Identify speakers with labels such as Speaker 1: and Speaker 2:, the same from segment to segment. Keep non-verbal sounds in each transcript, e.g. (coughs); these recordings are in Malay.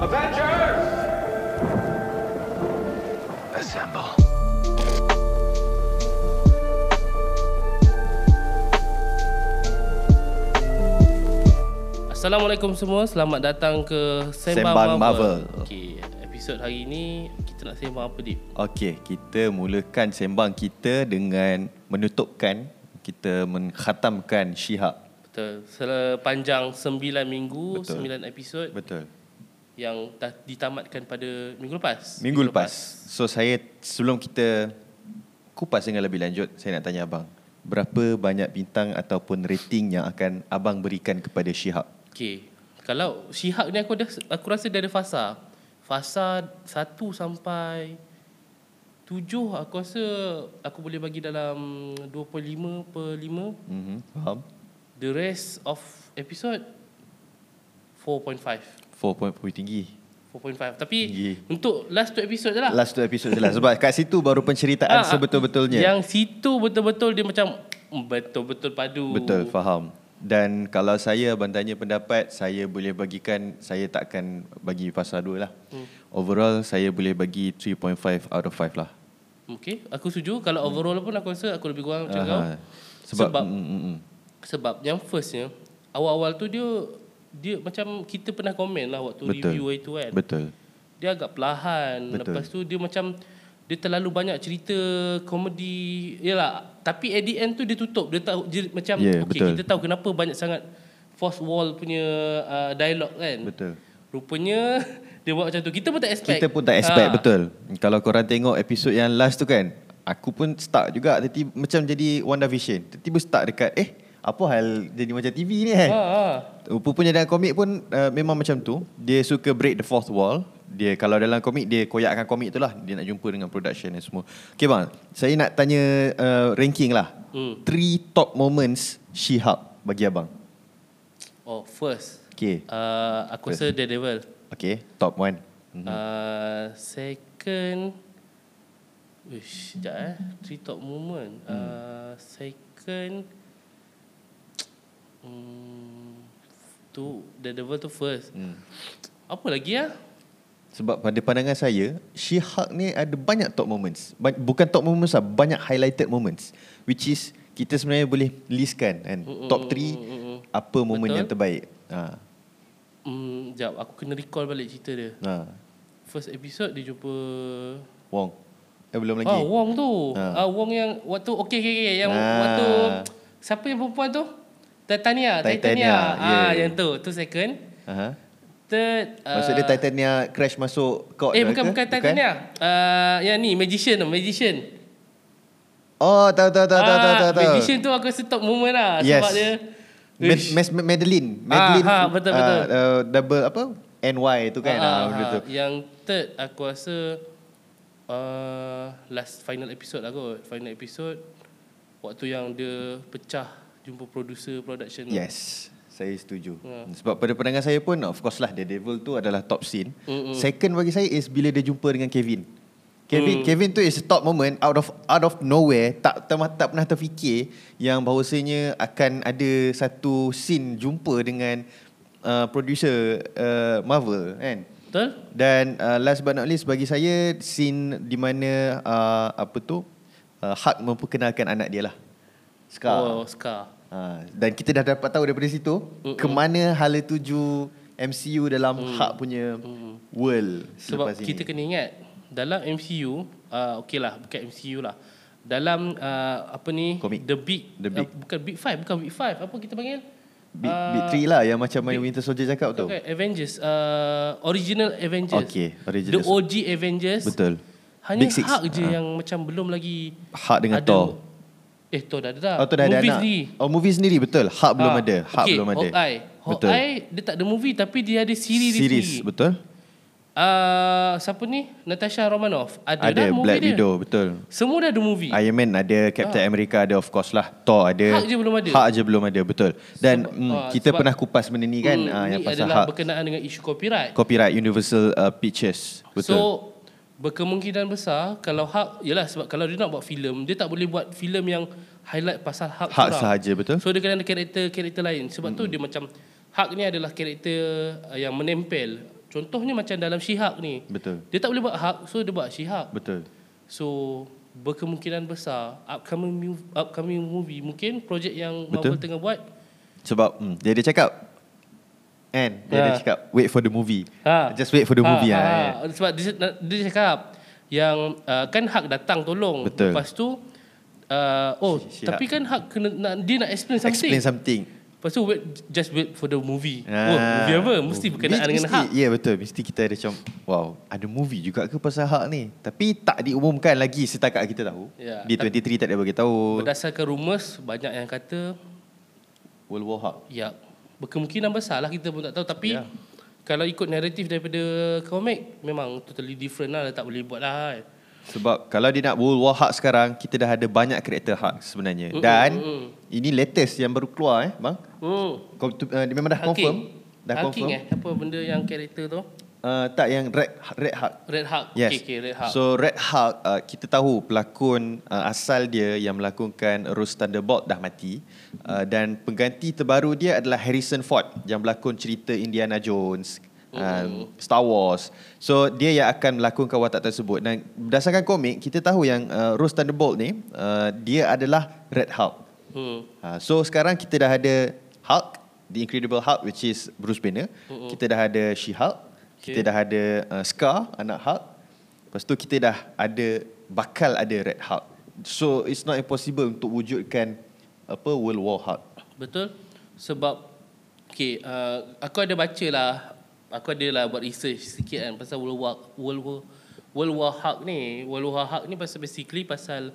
Speaker 1: Avengers!
Speaker 2: Assemble.
Speaker 3: Assalamualaikum semua, selamat datang ke
Speaker 4: Sembang
Speaker 3: Sembang, Marvel.
Speaker 4: Marvel.
Speaker 3: Okey, episod hari ni kita nak sembang apa Dip?
Speaker 4: Okey, kita mulakan sembang kita dengan menutupkan kita mengkhatamkan Shihab.
Speaker 3: Betul. Sepanjang 9 minggu,
Speaker 4: Betul.
Speaker 3: Betul. 9 episod
Speaker 4: Betul.
Speaker 3: yang ta- ditamatkan pada minggu lepas.
Speaker 4: Minggu lepas. So saya sebelum kita kupas dengan lebih lanjut, saya nak tanya abang, berapa banyak bintang ataupun rating yang akan abang berikan kepada Shihab?
Speaker 3: Okey. Kalau Shihab ni aku dah aku rasa dia ada fasa. Fasa 1 sampai 7 aku rasa aku boleh bagi dalam 2.5 per 5.
Speaker 4: Mhm, faham?
Speaker 3: The rest of episode 4.5.
Speaker 4: 4 point point tinggi.
Speaker 3: 4.5 Tapi
Speaker 4: Tinggi.
Speaker 3: Untuk last tu episode je lah
Speaker 4: Last tu episod je lah sebab kat situ baru
Speaker 3: Ah,
Speaker 4: penceritaan
Speaker 3: ah.
Speaker 4: sebetul-betulnya.
Speaker 3: Yang situ betul-betul Dia macam mm, Betul-betul padu
Speaker 4: Betul, faham. Dan kalau saya abang tanya pendapat, saya boleh bagikan, saya takkan bagi fasa 2 lah. Hmm. Overall, saya boleh bagi 3.5 out of 5 lah.
Speaker 3: Okay Aku setuju Kalau overall pun aku rasa Aku lebih kurang macam kau
Speaker 4: Aha. Sebab,
Speaker 3: Sebab-
Speaker 4: sebab mm, mm, mm.
Speaker 3: Sebab yang firstnya Awal-awal tu dia Dia macam Kita pernah komen lah Waktu
Speaker 4: Betul.
Speaker 3: review itu kan
Speaker 4: betul.
Speaker 3: Dia agak perlahan
Speaker 4: Betul.
Speaker 3: Lepas tu dia macam Dia terlalu banyak cerita Komedi Yalah Tapi at the end tu dia tutup Dia tahu dia, macam Okay
Speaker 4: Yeah, Ya, betul.
Speaker 3: kita tahu kenapa banyak sangat Force wall punya uh, Dialog kan
Speaker 4: Betul.
Speaker 3: Rupanya (laughs) dia buat macam tu. Kita pun tak expect.
Speaker 4: Kita pun tak expect
Speaker 3: Ah,
Speaker 4: betul. Kalau korang tengok episod yang last tu kan, aku pun start juga tiba, macam jadi WandaVision. Tiba-tiba start dekat eh apa hal jadi macam TV ni kan.
Speaker 3: Ha, ha.
Speaker 4: Rupanya dalam komik pun uh, memang macam tu. Dia suka break the fourth wall. Dia kalau dalam komik dia koyakkan komik tu lah. Dia nak jumpa dengan production dan semua. Okay bang, saya nak tanya uh, ranking lah.
Speaker 3: Hmm.
Speaker 4: Three top moments She-Hulk bagi abang.
Speaker 3: Oh, first.
Speaker 4: Okay.
Speaker 3: Uh, aku rasa Daredevil.
Speaker 4: Okay, top one. Hmm.
Speaker 3: Mm-hmm. Uh, second. Uish, sekejap eh. Three top moment.
Speaker 4: Hmm.
Speaker 3: Mm. Uh, second. Hmm, tu Daredevil tu first.
Speaker 4: Hmm.
Speaker 3: Mm. Apa lagi ah?
Speaker 4: Sebab pada pandangan saya, She-Hulk ni ada banyak top moments. Ba- bukan top moments lah, banyak highlighted moments. Which is, kita sebenarnya boleh listkan kan.
Speaker 3: Mm, mm, mm,
Speaker 4: Top
Speaker 3: mm, mm.
Speaker 4: 3, apa momen
Speaker 3: Betul.
Speaker 4: yang terbaik. Ha.
Speaker 3: Hmm, jap aku kena recall balik cerita dia.
Speaker 4: Ha.
Speaker 3: First episode dia jumpa
Speaker 4: Wong. Eh, belum lagi.
Speaker 3: Ah, Wong tu. Ah,
Speaker 4: Ha.
Speaker 3: Wong yang waktu okey okey okey yang
Speaker 4: Ah.
Speaker 3: waktu siapa yang perempuan tu? Titania, Titania.
Speaker 4: Titania,
Speaker 3: Ah,
Speaker 4: yeah.
Speaker 3: yang tu, tu second.
Speaker 4: Aha.
Speaker 3: Third uh,
Speaker 4: Maksud dia Titania crash masuk court
Speaker 3: Eh
Speaker 4: dah
Speaker 3: bukan
Speaker 4: ke?
Speaker 3: bukan Titania. Uh, yang ni magician tu, magician.
Speaker 4: Oh, tahu tahu tahu tahu tahu
Speaker 3: Ah,
Speaker 4: tahu. tahu.
Speaker 3: Magician tu aku stop moment lah
Speaker 4: Yes.
Speaker 3: sebab dia
Speaker 4: Med,
Speaker 3: Uish.
Speaker 4: mes, Madeline. Madeline.
Speaker 3: ha, betul, betul.
Speaker 4: Uh, uh, double apa? NY tu kan.
Speaker 3: Ah,
Speaker 4: Ah,
Speaker 3: ah,
Speaker 4: benda
Speaker 3: ah.
Speaker 4: tu.
Speaker 3: Yang third aku rasa uh, last final episode lah kot. Final episode waktu yang dia pecah jumpa producer production. tu.
Speaker 4: Yes. Saya setuju. Sebab pada pandangan saya pun of course lah The Devil tu adalah top scene.
Speaker 3: Mm-mm.
Speaker 4: Second bagi saya is bila dia jumpa dengan Kevin. Kevin Kevin tu is top moment out of out of nowhere tak tak, tak pernah terfikir yang bahawasanya akan ada satu scene jumpa dengan uh, producer uh, Marvel kan.
Speaker 3: Betul?
Speaker 4: Dan uh, last but not least bagi saya scene di mana uh, apa tu uh, Hulk memperkenalkan anak dia lah. Scar. Oh.
Speaker 3: Oh, Scar.
Speaker 4: Uh, dan kita dah dapat tahu daripada situ
Speaker 3: Mm-mm.
Speaker 4: Mm-mm. ke mana hala tuju MCU dalam mm. Hulk punya world
Speaker 3: Sebab
Speaker 4: selepas
Speaker 3: kita
Speaker 4: ini.
Speaker 3: kena ingat dalam MCU, uh, okey lah, bukan MCU lah. Dalam uh, apa ni?
Speaker 4: Komik.
Speaker 3: The Big,
Speaker 4: The Big.
Speaker 3: Uh, bukan Big Five, bukan Big Five. Apa kita panggil?
Speaker 4: Big,
Speaker 3: Ah,
Speaker 4: big three lah yang macam main Winter Soldier cakap tu.
Speaker 3: Bukan Avengers, uh, original Avengers.
Speaker 4: Okey,
Speaker 3: The
Speaker 4: original.
Speaker 3: OG Avengers.
Speaker 4: Betul.
Speaker 3: Hanya
Speaker 4: Big Six. Ah.
Speaker 3: Hulk je yang macam belum lagi
Speaker 4: Hulk dengan
Speaker 3: ada-
Speaker 4: Thor.
Speaker 3: Eh Thor dah ada dah.
Speaker 4: Oh tu dah ada
Speaker 3: Movie
Speaker 4: anak.
Speaker 3: sendiri.
Speaker 4: Oh movie sendiri betul. Hulk belum
Speaker 3: Ah,
Speaker 4: ada. Hulk
Speaker 3: okey,
Speaker 4: belum ada.
Speaker 3: Hawkeye. Hawkeye dia tak ada movie tapi dia ada series. dia
Speaker 4: Series
Speaker 3: sendiri.
Speaker 4: betul.
Speaker 3: Ah, siapa ni? Natasha Romanoff. Ada, dah
Speaker 4: Ada
Speaker 3: movie
Speaker 4: Black
Speaker 3: dia.
Speaker 4: Widow betul.
Speaker 3: Semua dah ada movie. I,
Speaker 4: Iron Man ada, Captain America ada of course lah, Thor ada.
Speaker 3: Hulk je belum ada.
Speaker 4: Hulk je belum ada, betul. Dan
Speaker 3: Sebab-
Speaker 4: mm,
Speaker 3: ah, sebab-
Speaker 4: kita
Speaker 3: Mm,
Speaker 4: pernah kupas benda ni kan ah, yang
Speaker 3: ini
Speaker 4: pasal
Speaker 3: Hmm, adalah
Speaker 4: Hulk.
Speaker 3: berkenaan dengan isu copyright.
Speaker 4: Copyright Universal uh, Pictures,
Speaker 3: So
Speaker 4: betul.
Speaker 3: berkemungkinan besar kalau Hulk yalah sebab kalau dia nak buat filem dia tak boleh buat filem yang highlight pasal Hulk,
Speaker 4: Hulk
Speaker 3: seorang.
Speaker 4: sahaja,
Speaker 3: lah.
Speaker 4: betul. Hmm.
Speaker 3: So dia kena ada karakter-karakter lain sebab mm tu dia macam Hulk ni adalah karakter uh, yang ah, menempel Contohnya macam dalam Shihak ni.
Speaker 4: Betul.
Speaker 3: Dia tak boleh buat Hak, so dia buat Shihak.
Speaker 4: Betul.
Speaker 3: So berkemungkinan besar upcoming mu- upcoming movie mungkin projek yang Marvel
Speaker 4: Betul.
Speaker 3: tengah buat
Speaker 4: Sebab hmm, dia ada cakap And dia
Speaker 3: Ha.
Speaker 4: ada cakap wait for the movie.
Speaker 3: Ha.
Speaker 4: Just wait for the movie ah. eh.
Speaker 3: ha. Sebab dia, dia cakap yang uh, kan hak datang tolong.
Speaker 4: Betul.
Speaker 3: Lepas tu uh, oh
Speaker 4: Si- si
Speaker 3: tapi
Speaker 4: Hak.
Speaker 3: kan hak kena nak, dia nak explain something.
Speaker 4: Explain something.
Speaker 3: Lepas tu wait, just wait for the movie.
Speaker 4: Ah.
Speaker 3: Oh, movie apa? Mesti berkenaan
Speaker 4: Mesti-
Speaker 3: dengan
Speaker 4: mesti,
Speaker 3: hak.
Speaker 4: Ya yeah, betul. Mesti kita ada macam wow, ada movie juga ke pasal hak ni? Tapi tak diumumkan lagi setakat kita tahu.
Speaker 3: Ya.
Speaker 4: B23 tak ada bagi tahu.
Speaker 3: Berdasarkan rumours banyak yang kata
Speaker 4: World War Hak.
Speaker 3: ya berkemungkinan besar lah kita pun tak tahu tapi
Speaker 4: Ya.
Speaker 3: kalau ikut naratif daripada komik memang totally different lah tak boleh buat lah kan.
Speaker 4: Sebab kalau dia nak World War Hulk sekarang, kita dah ada banyak karakter Hulk sebenarnya.
Speaker 3: Mm-mm,
Speaker 4: Dan
Speaker 3: mm-mm.
Speaker 4: ini latest yang baru keluar eh, bang.
Speaker 3: Hmm.
Speaker 4: Kau tu, uh, dia memang dah confirm. Dah
Speaker 3: Hulking
Speaker 4: confirm.
Speaker 3: eh apa benda yang karakter tu?
Speaker 4: Uh, tak yang Red Red Hulk.
Speaker 3: Red Hulk. Okay,
Speaker 4: Yes.
Speaker 3: okay, Red Hulk. So,
Speaker 4: So Red Hulk uh, kita tahu pelakon uh, asal dia yang melakonkan Rose Thunderbolt dah mati uh, dan pengganti terbaru dia adalah Harrison Ford yang berlakon cerita Indiana Jones
Speaker 3: Oh.
Speaker 4: um, Star Wars. So dia yang akan melakonkan watak tersebut dan berdasarkan komik kita tahu yang uh, Rose Thunderbolt ni uh, dia adalah Red Hulk.
Speaker 3: hmm.
Speaker 4: Ha, so sekarang kita dah ada Hulk, The Incredible Hulk which is Bruce Banner. Uh-uh. Kita dah ada She-Hulk, okay.
Speaker 3: Okay.
Speaker 4: kita dah ada uh, Scar, anak Hulk. Lepas tu kita dah ada bakal ada Red Hulk. So it's not impossible untuk wujudkan apa World War Hulk.
Speaker 3: Betul? Sebab okay, uh, aku ada baca lah aku ada lah buat research sikit kan pasal World War World War World War Hulk ni. World War Hulk ni pasal basically pasal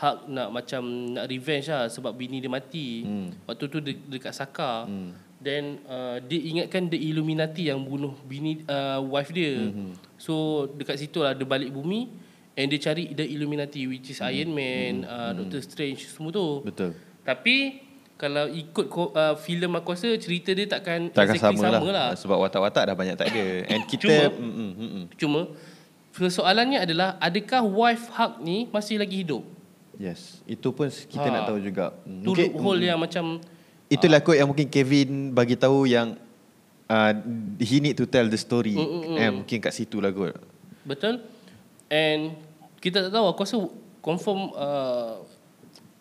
Speaker 3: Hulk nak macam nak revenge lah sebab bini dia mati. Hmm. Waktu tu de- dekat Saka. Hmm. Then uh, dia ingatkan the Illuminati yang bunuh bini uh, wife dia. Hmm. So dekat situ lah dia balik bumi and dia cari the Illuminati which is hmm. Iron Man, hmm. Uh, Doctor Strange semua tu.
Speaker 4: Betul.
Speaker 3: Tapi kalau ikut ko- uh, filem aku rasa cerita dia takkan
Speaker 4: Takkan sama, sama lah. sebab watak-watak dah banyak tak ada. And kita
Speaker 3: Cuma-
Speaker 4: mm, mm, mm, mm.
Speaker 3: Cuma persoalannya adalah adakah wife Hulk ni masih lagi hidup?
Speaker 4: yes, itu pun kita
Speaker 3: Ha.
Speaker 4: nak tahu juga. Mm,
Speaker 3: Tu
Speaker 4: mungkin-
Speaker 3: okay. loophole yang macam
Speaker 4: Itulah lah kot yang mungkin Kevin bagi tahu yang uh, he need to tell the story.
Speaker 3: Mm, mm, mm.
Speaker 4: Eh, mungkin kat situ lah kot.
Speaker 3: betul and kita tak tahu aku rasa confirm uh,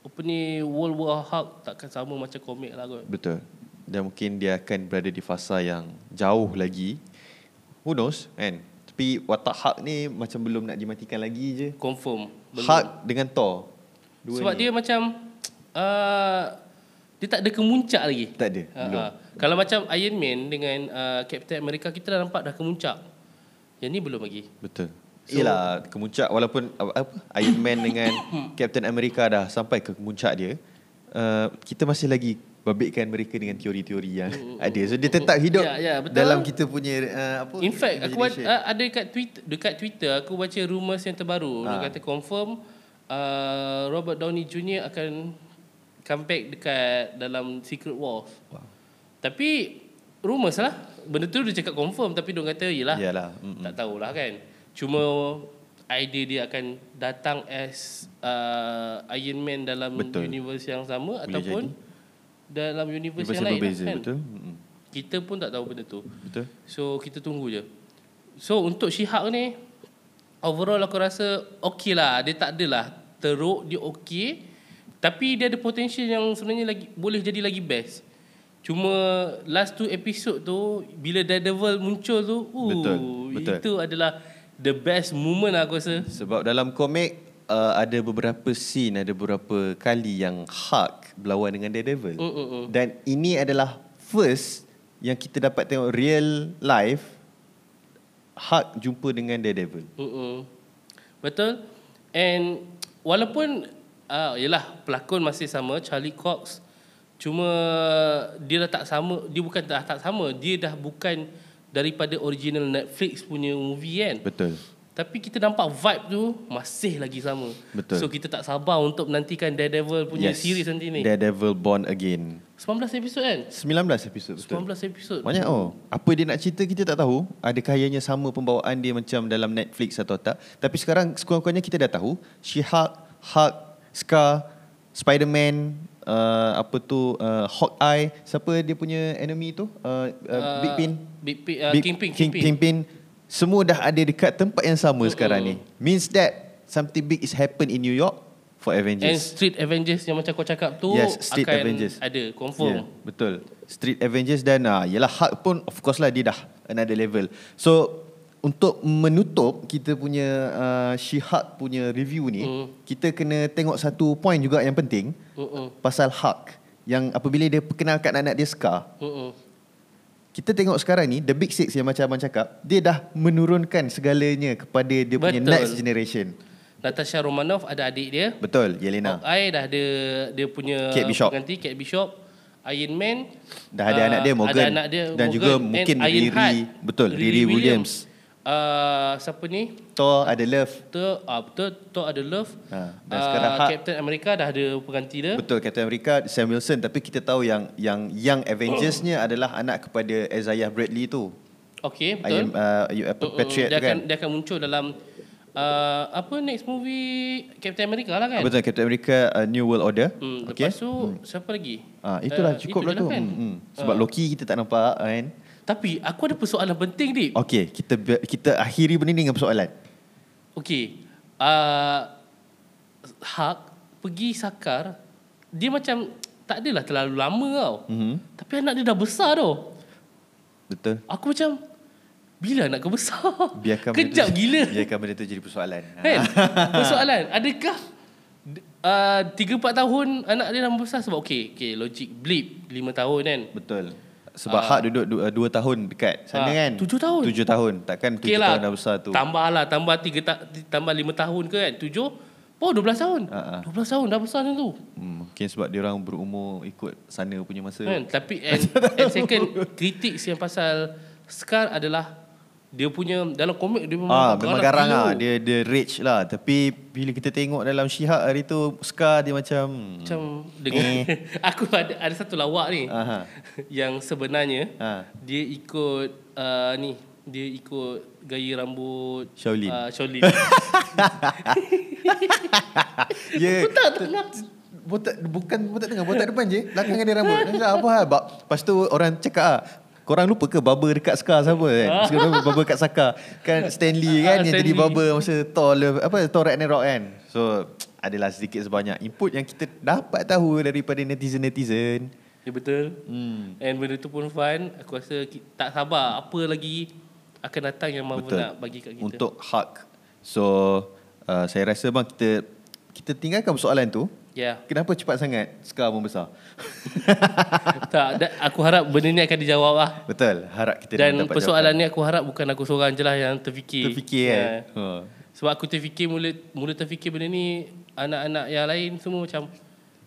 Speaker 3: apa ni World War Hulk takkan sama macam komik lah kot.
Speaker 4: Betul. Dan mungkin dia akan berada di fasa yang jauh lagi. Who knows kan? Tapi watak Hulk ni macam belum nak dimatikan lagi je.
Speaker 3: Confirm.
Speaker 4: Belum. Hulk dengan Thor.
Speaker 3: Dua Sebab ni. dia macam uh, dia tak ada kemuncak lagi.
Speaker 4: Tak ada,
Speaker 3: Ha,
Speaker 4: belum.
Speaker 3: ha. Kalau macam Iron Man dengan uh, Captain America kita dah nampak dah kemuncak. Yang ni belum lagi.
Speaker 4: Betul. So,
Speaker 3: So-
Speaker 4: Yelah, kemuncak walaupun apa, apa, Iron Man dengan
Speaker 3: (coughs)
Speaker 4: Captain America dah sampai ke kemuncak dia. Uh, kita masih lagi babitkan mereka dengan teori-teori yang
Speaker 3: Oh,
Speaker 4: ada. So dia tetap hidup
Speaker 3: Ya, ya, betul.
Speaker 4: dalam kita punya uh, apa
Speaker 3: In fact aku ada,
Speaker 4: imagination.
Speaker 3: ada dekat Twitter dekat Twitter aku baca rumours yang terbaru ha. dia
Speaker 4: Ah.
Speaker 3: kata confirm uh, Robert Downey Jr akan comeback dekat dalam Secret Wars. Wow. Tapi rumours lah. Benda tu dia cakap confirm tapi dia orang kata yalah.
Speaker 4: Yalah.
Speaker 3: Mm-mm.
Speaker 4: Mm-mm.
Speaker 3: Tak tahulah kan. Cuma idea dia akan datang as uh, Iron Man dalam
Speaker 4: Betul.
Speaker 3: Betul. universe yang sama
Speaker 4: Boleh
Speaker 3: ataupun
Speaker 4: jadi.
Speaker 3: dalam universe, yang
Speaker 4: Dia pasal
Speaker 3: lain
Speaker 4: berbeza,
Speaker 3: lah, kan.
Speaker 4: betul? Mm-mm.
Speaker 3: Kita pun tak tahu benda tu.
Speaker 4: Betul.
Speaker 3: So kita tunggu je. So untuk Shihak ni overall aku rasa okey lah. Dia tak adalah teruk, dia okey. Tapi dia ada potential yang sebenarnya lagi boleh jadi lagi best. Cuma last two episode tu bila Daredevil muncul tu, uh,
Speaker 4: Betul, betul.
Speaker 3: itu adalah the best moment lah aku rasa.
Speaker 4: Sebab dalam komik uh, ada beberapa scene, ada beberapa kali yang Hulk berlawan dengan Daredevil.
Speaker 3: Mm, mm, mm.
Speaker 4: Dan ini adalah first yang kita dapat tengok real life Hulk jumpa dengan Daredevil.
Speaker 3: Mm-mm. Betul. And walaupun uh, yalah pelakon masih sama Charlie Cox cuma dia dah tak sama dia bukan dah tak sama dia dah bukan daripada original Netflix punya movie kan.
Speaker 4: Betul.
Speaker 3: Tapi kita nampak vibe tu masih lagi sama.
Speaker 4: Betul.
Speaker 3: So kita tak sabar untuk menantikan Daredevil punya yes. series nanti ni.
Speaker 4: Daredevil Born Again.
Speaker 3: 19 episod kan?
Speaker 4: 19 episod betul.
Speaker 3: 19 episod.
Speaker 4: Banyak oh. Apa dia nak cerita kita tak tahu. Ada kayanya sama pembawaan dia macam dalam Netflix atau tak. Tapi sekarang sekurang-kurangnya kita dah tahu. She-Hulk, Hulk, Scar, Spider-Man uh, apa tu uh, Hawkeye siapa dia punya enemy tu uh, uh, Big Pin
Speaker 3: Ah, Big Pin, uh,
Speaker 4: Big-
Speaker 3: Kingpin,
Speaker 4: King,
Speaker 3: Kingpin.
Speaker 4: Kingpin semua dah ada dekat tempat yang sama
Speaker 3: Mm-mm.
Speaker 4: sekarang ni means that something big is happen in New York for
Speaker 3: And
Speaker 4: Avengers
Speaker 3: Street Avengers yang macam kau cakap tu
Speaker 4: Yes, Street
Speaker 3: akan
Speaker 4: Avengers.
Speaker 3: ada confirm.
Speaker 4: betul Street Avengers dan uh, yelah Hulk pun of course lah dia dah another level so untuk menutup kita punya uh, She-Hulk punya review ni
Speaker 3: Mm.
Speaker 4: kita kena tengok satu point juga yang penting
Speaker 3: Mm-mm.
Speaker 4: pasal Hulk yang apabila dia perkenalkan anak dia Scar
Speaker 3: Mm-mm.
Speaker 4: kita tengok sekarang ni the big six yang macam abang cakap dia dah menurunkan segalanya kepada dia punya
Speaker 3: Betul.
Speaker 4: next generation
Speaker 3: Natasha Romanoff ada adik dia.
Speaker 4: betul Yelena
Speaker 3: Hawkeye dah ada dia punya
Speaker 4: Kate Bishop.
Speaker 3: pengganti Kate Bishop. Iron Man
Speaker 4: Dah ada
Speaker 3: ah,
Speaker 4: anak dia, Morgan.
Speaker 3: Ada anak dia
Speaker 4: Dan juga mungkin
Speaker 3: and Ironheart.
Speaker 4: Riri- betul, Riri Williams.
Speaker 3: Ah, siapa ni?
Speaker 4: Thor ada love
Speaker 3: Thor, ah, betul Thor ada Love.
Speaker 4: Ah, dan sekarang
Speaker 3: Ah,
Speaker 4: Hulk.
Speaker 3: Captain America dah ada pengganti dia.
Speaker 4: betul Captain America Sam Wilson tapi kita tahu yang yang yang Avengersnya
Speaker 3: (coughs)
Speaker 4: adalah anak kepada Isaiah Bradley tu
Speaker 3: Okey, betul.
Speaker 4: Iron uh, you- apa,
Speaker 3: Mm-mm,
Speaker 4: Patriot
Speaker 3: dia
Speaker 4: tu kan
Speaker 3: akan dia akan muncul dalam ah, apa next movie Captain America lah kan.
Speaker 4: betul Captain America uh, New World Order
Speaker 3: Hmm,
Speaker 4: okey
Speaker 3: lepas tu siapa lagi?
Speaker 4: ah itulah
Speaker 3: Ah,
Speaker 4: cukup lah
Speaker 3: je
Speaker 4: tu
Speaker 3: kan.
Speaker 4: kan? hmm, hmm. sebab Loki kita tak nampak kan
Speaker 3: Tapi aku ada persoalan penting dik.
Speaker 4: okey kita be- kita akhiri benda ni dengan persoalan
Speaker 3: Okey. Uh, Hak pergi sakar, dia macam tak adalah terlalu lama tau.
Speaker 4: Mhm.
Speaker 3: Tapi anak dia dah besar tau.
Speaker 4: betul
Speaker 3: Aku macam bila anak kau besar? (laughs)
Speaker 4: biarkan
Speaker 3: Kejap
Speaker 4: benda tu,
Speaker 3: gila.
Speaker 4: (laughs) biarkan benda tu jadi persoalan Ah,
Speaker 3: Kan? Persoalan, adakah uh, 3-4 tahun anak dia dah besar sebab okey, okey logik blip 5 tahun kan.
Speaker 4: betul sebab hak duduk 2 dua tahun dekat sana
Speaker 3: Ah,
Speaker 4: kan
Speaker 3: tujuh tahun.
Speaker 4: 7 tahun takkan 7
Speaker 3: Okey
Speaker 4: okay
Speaker 3: lah.
Speaker 4: tahun dah besar tu
Speaker 3: Tambahlah, tambah 3 ta- tambah 5 tahun ke kan? 7 Oh 12 tahun
Speaker 4: Ah, ah.
Speaker 3: 12 tahun dah besar macam tu
Speaker 4: hmm, mungkin sebab dia orang berumur ikut sana punya masa
Speaker 3: Kan?
Speaker 4: (laughs)
Speaker 3: Tapi and, and second kritik yang pasal Scar adalah dia punya dalam komik dia memang
Speaker 4: Ah, memang garang
Speaker 3: gila.
Speaker 4: lah. Dia dia rich lah. Tapi bila kita tengok dalam Shihak hari tu, Scar dia macam... hmm.
Speaker 3: macam dengan (laughs) aku ada ada satu lawak ni
Speaker 4: Eh. Aha.
Speaker 3: (laughs) yang sebenarnya
Speaker 4: Ha.
Speaker 3: dia ikut uh, ni dia ikut gaya rambut
Speaker 4: Shaolin.
Speaker 3: uh, Shaolin.
Speaker 4: (laughs) Ya,
Speaker 3: Betul tak nak
Speaker 4: botak, bukan botak tengah, botak depan je. Belakang ada rambut. Dia cakap, apa hal? Bab- Lepas tu orang cakap ah, Korang lupa ke barber dekat Scar siapa kan? Sekarang barber kat Saka. Kan Stanley
Speaker 3: Ah,
Speaker 4: kan yang jadi
Speaker 3: Stanley.
Speaker 4: barber masa Thor le- apa Thor Ragnarok kan. So adalah sedikit sebanyak input yang kita dapat tahu daripada netizen-netizen.
Speaker 3: Ya betul. Hmm. And benda tu pun fun. Aku rasa ki- tak sabar apa lagi akan datang yang Marvel
Speaker 4: Betul.
Speaker 3: nak bagi kat kita.
Speaker 4: Untuk hak. So uh, saya rasa bang kita kita tinggalkan soalan tu.
Speaker 3: yeah.
Speaker 4: Kenapa cepat sangat Scar membesar?
Speaker 3: (laughs) tak, da- aku harap benda ni akan dijawab lah.
Speaker 4: Betul. Harap kita
Speaker 3: Dan
Speaker 4: dapat
Speaker 3: persoalan ni aku harap bukan aku seorang je lah yang terfikir.
Speaker 4: jawapan. terfikir
Speaker 3: Ya.
Speaker 4: kan. Ha.
Speaker 3: Sebab aku terfikir mula mula terfikir benda ni anak-anak yang lain semua macam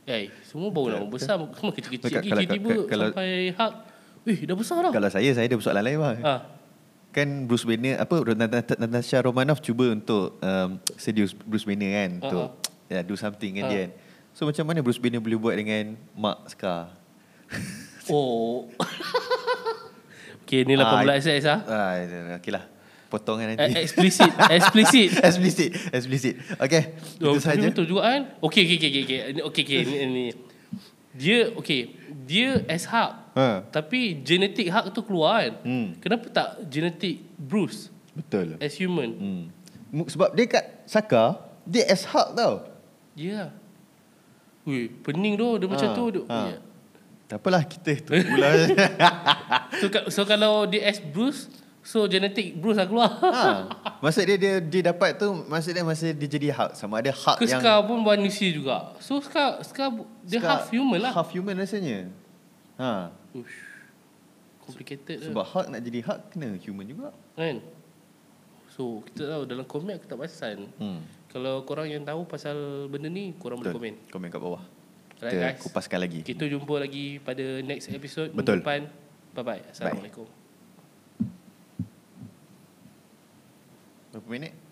Speaker 3: eh semua baru nak besar semua kecil-kecil
Speaker 4: Kalau-
Speaker 3: lagi
Speaker 4: kalau-
Speaker 3: tiba-tiba
Speaker 4: kalau-
Speaker 3: sampai hak eh dah besar dah.
Speaker 4: Kalau saya saya ada persoalan lain bang.
Speaker 3: Ha.
Speaker 4: Kan Bruce Banner apa Nat- Natasha Romanoff cuba untuk um, seduce Bruce Banner kan
Speaker 3: Ha,
Speaker 4: untuk yeah, do something kan
Speaker 3: Ha.
Speaker 4: dia kan. So macam mana Bruce Banner boleh buat dengan mak Scar?
Speaker 3: Oh. (laughs) Okey ni 18 SS ah.
Speaker 4: (laughs) Ah, okeylah.
Speaker 3: Eh,
Speaker 4: Potongan kan nanti. (laughs)
Speaker 3: Explicit, explicit.
Speaker 4: explicit, explicit. Okay,
Speaker 3: Oh,
Speaker 4: itu saja.
Speaker 3: Betul juga kan? Okey okey okey okey okey. Ni- Okey okey ni, ni. Dia okey, dia as hak.
Speaker 4: Ha.
Speaker 3: Tapi genetik hak tu keluar kan?
Speaker 4: Hmm.
Speaker 3: Kenapa tak genetik Bruce
Speaker 4: Betul.
Speaker 3: as human?
Speaker 4: Hmm. Mu- Sebab dia kat Saka, dia as hak tau.
Speaker 3: Ya. Yeah. Ui, pening doh dia macam
Speaker 4: Ha,
Speaker 3: tu. Dia,
Speaker 4: ha.
Speaker 3: ha.
Speaker 4: Tak apalah kita lah. tu
Speaker 3: (laughs)
Speaker 4: pula.
Speaker 3: so, ka- so kalau dia as Bruce, so genetik Bruce lah keluar.
Speaker 4: ha. Maksud dia, dia dia dapat tu maksud dia masa dia jadi hak sama ada hak
Speaker 3: Ke
Speaker 4: Ah, yang
Speaker 3: Scar pun manusia juga. So Scar, Scar bu- dia
Speaker 4: Scar-
Speaker 3: half human lah.
Speaker 4: Half human rasanya. Ha.
Speaker 3: Ush. Complicated
Speaker 4: Sebab hak nak jadi hak kena human juga.
Speaker 3: lah. Kan? So, kita tahu dalam komik aku tak perasan.
Speaker 4: Hmm.
Speaker 3: Kalau korang yang tahu pasal benda ni, korang boleh komen.
Speaker 4: Komen kat bawah. Kita
Speaker 3: Alright guys.
Speaker 4: kupaskan lagi.
Speaker 3: Kita jumpa lagi pada next episode minggu
Speaker 4: Betul.
Speaker 3: depan. Bye-bye. Assalamualaikum.
Speaker 4: Berapa minit?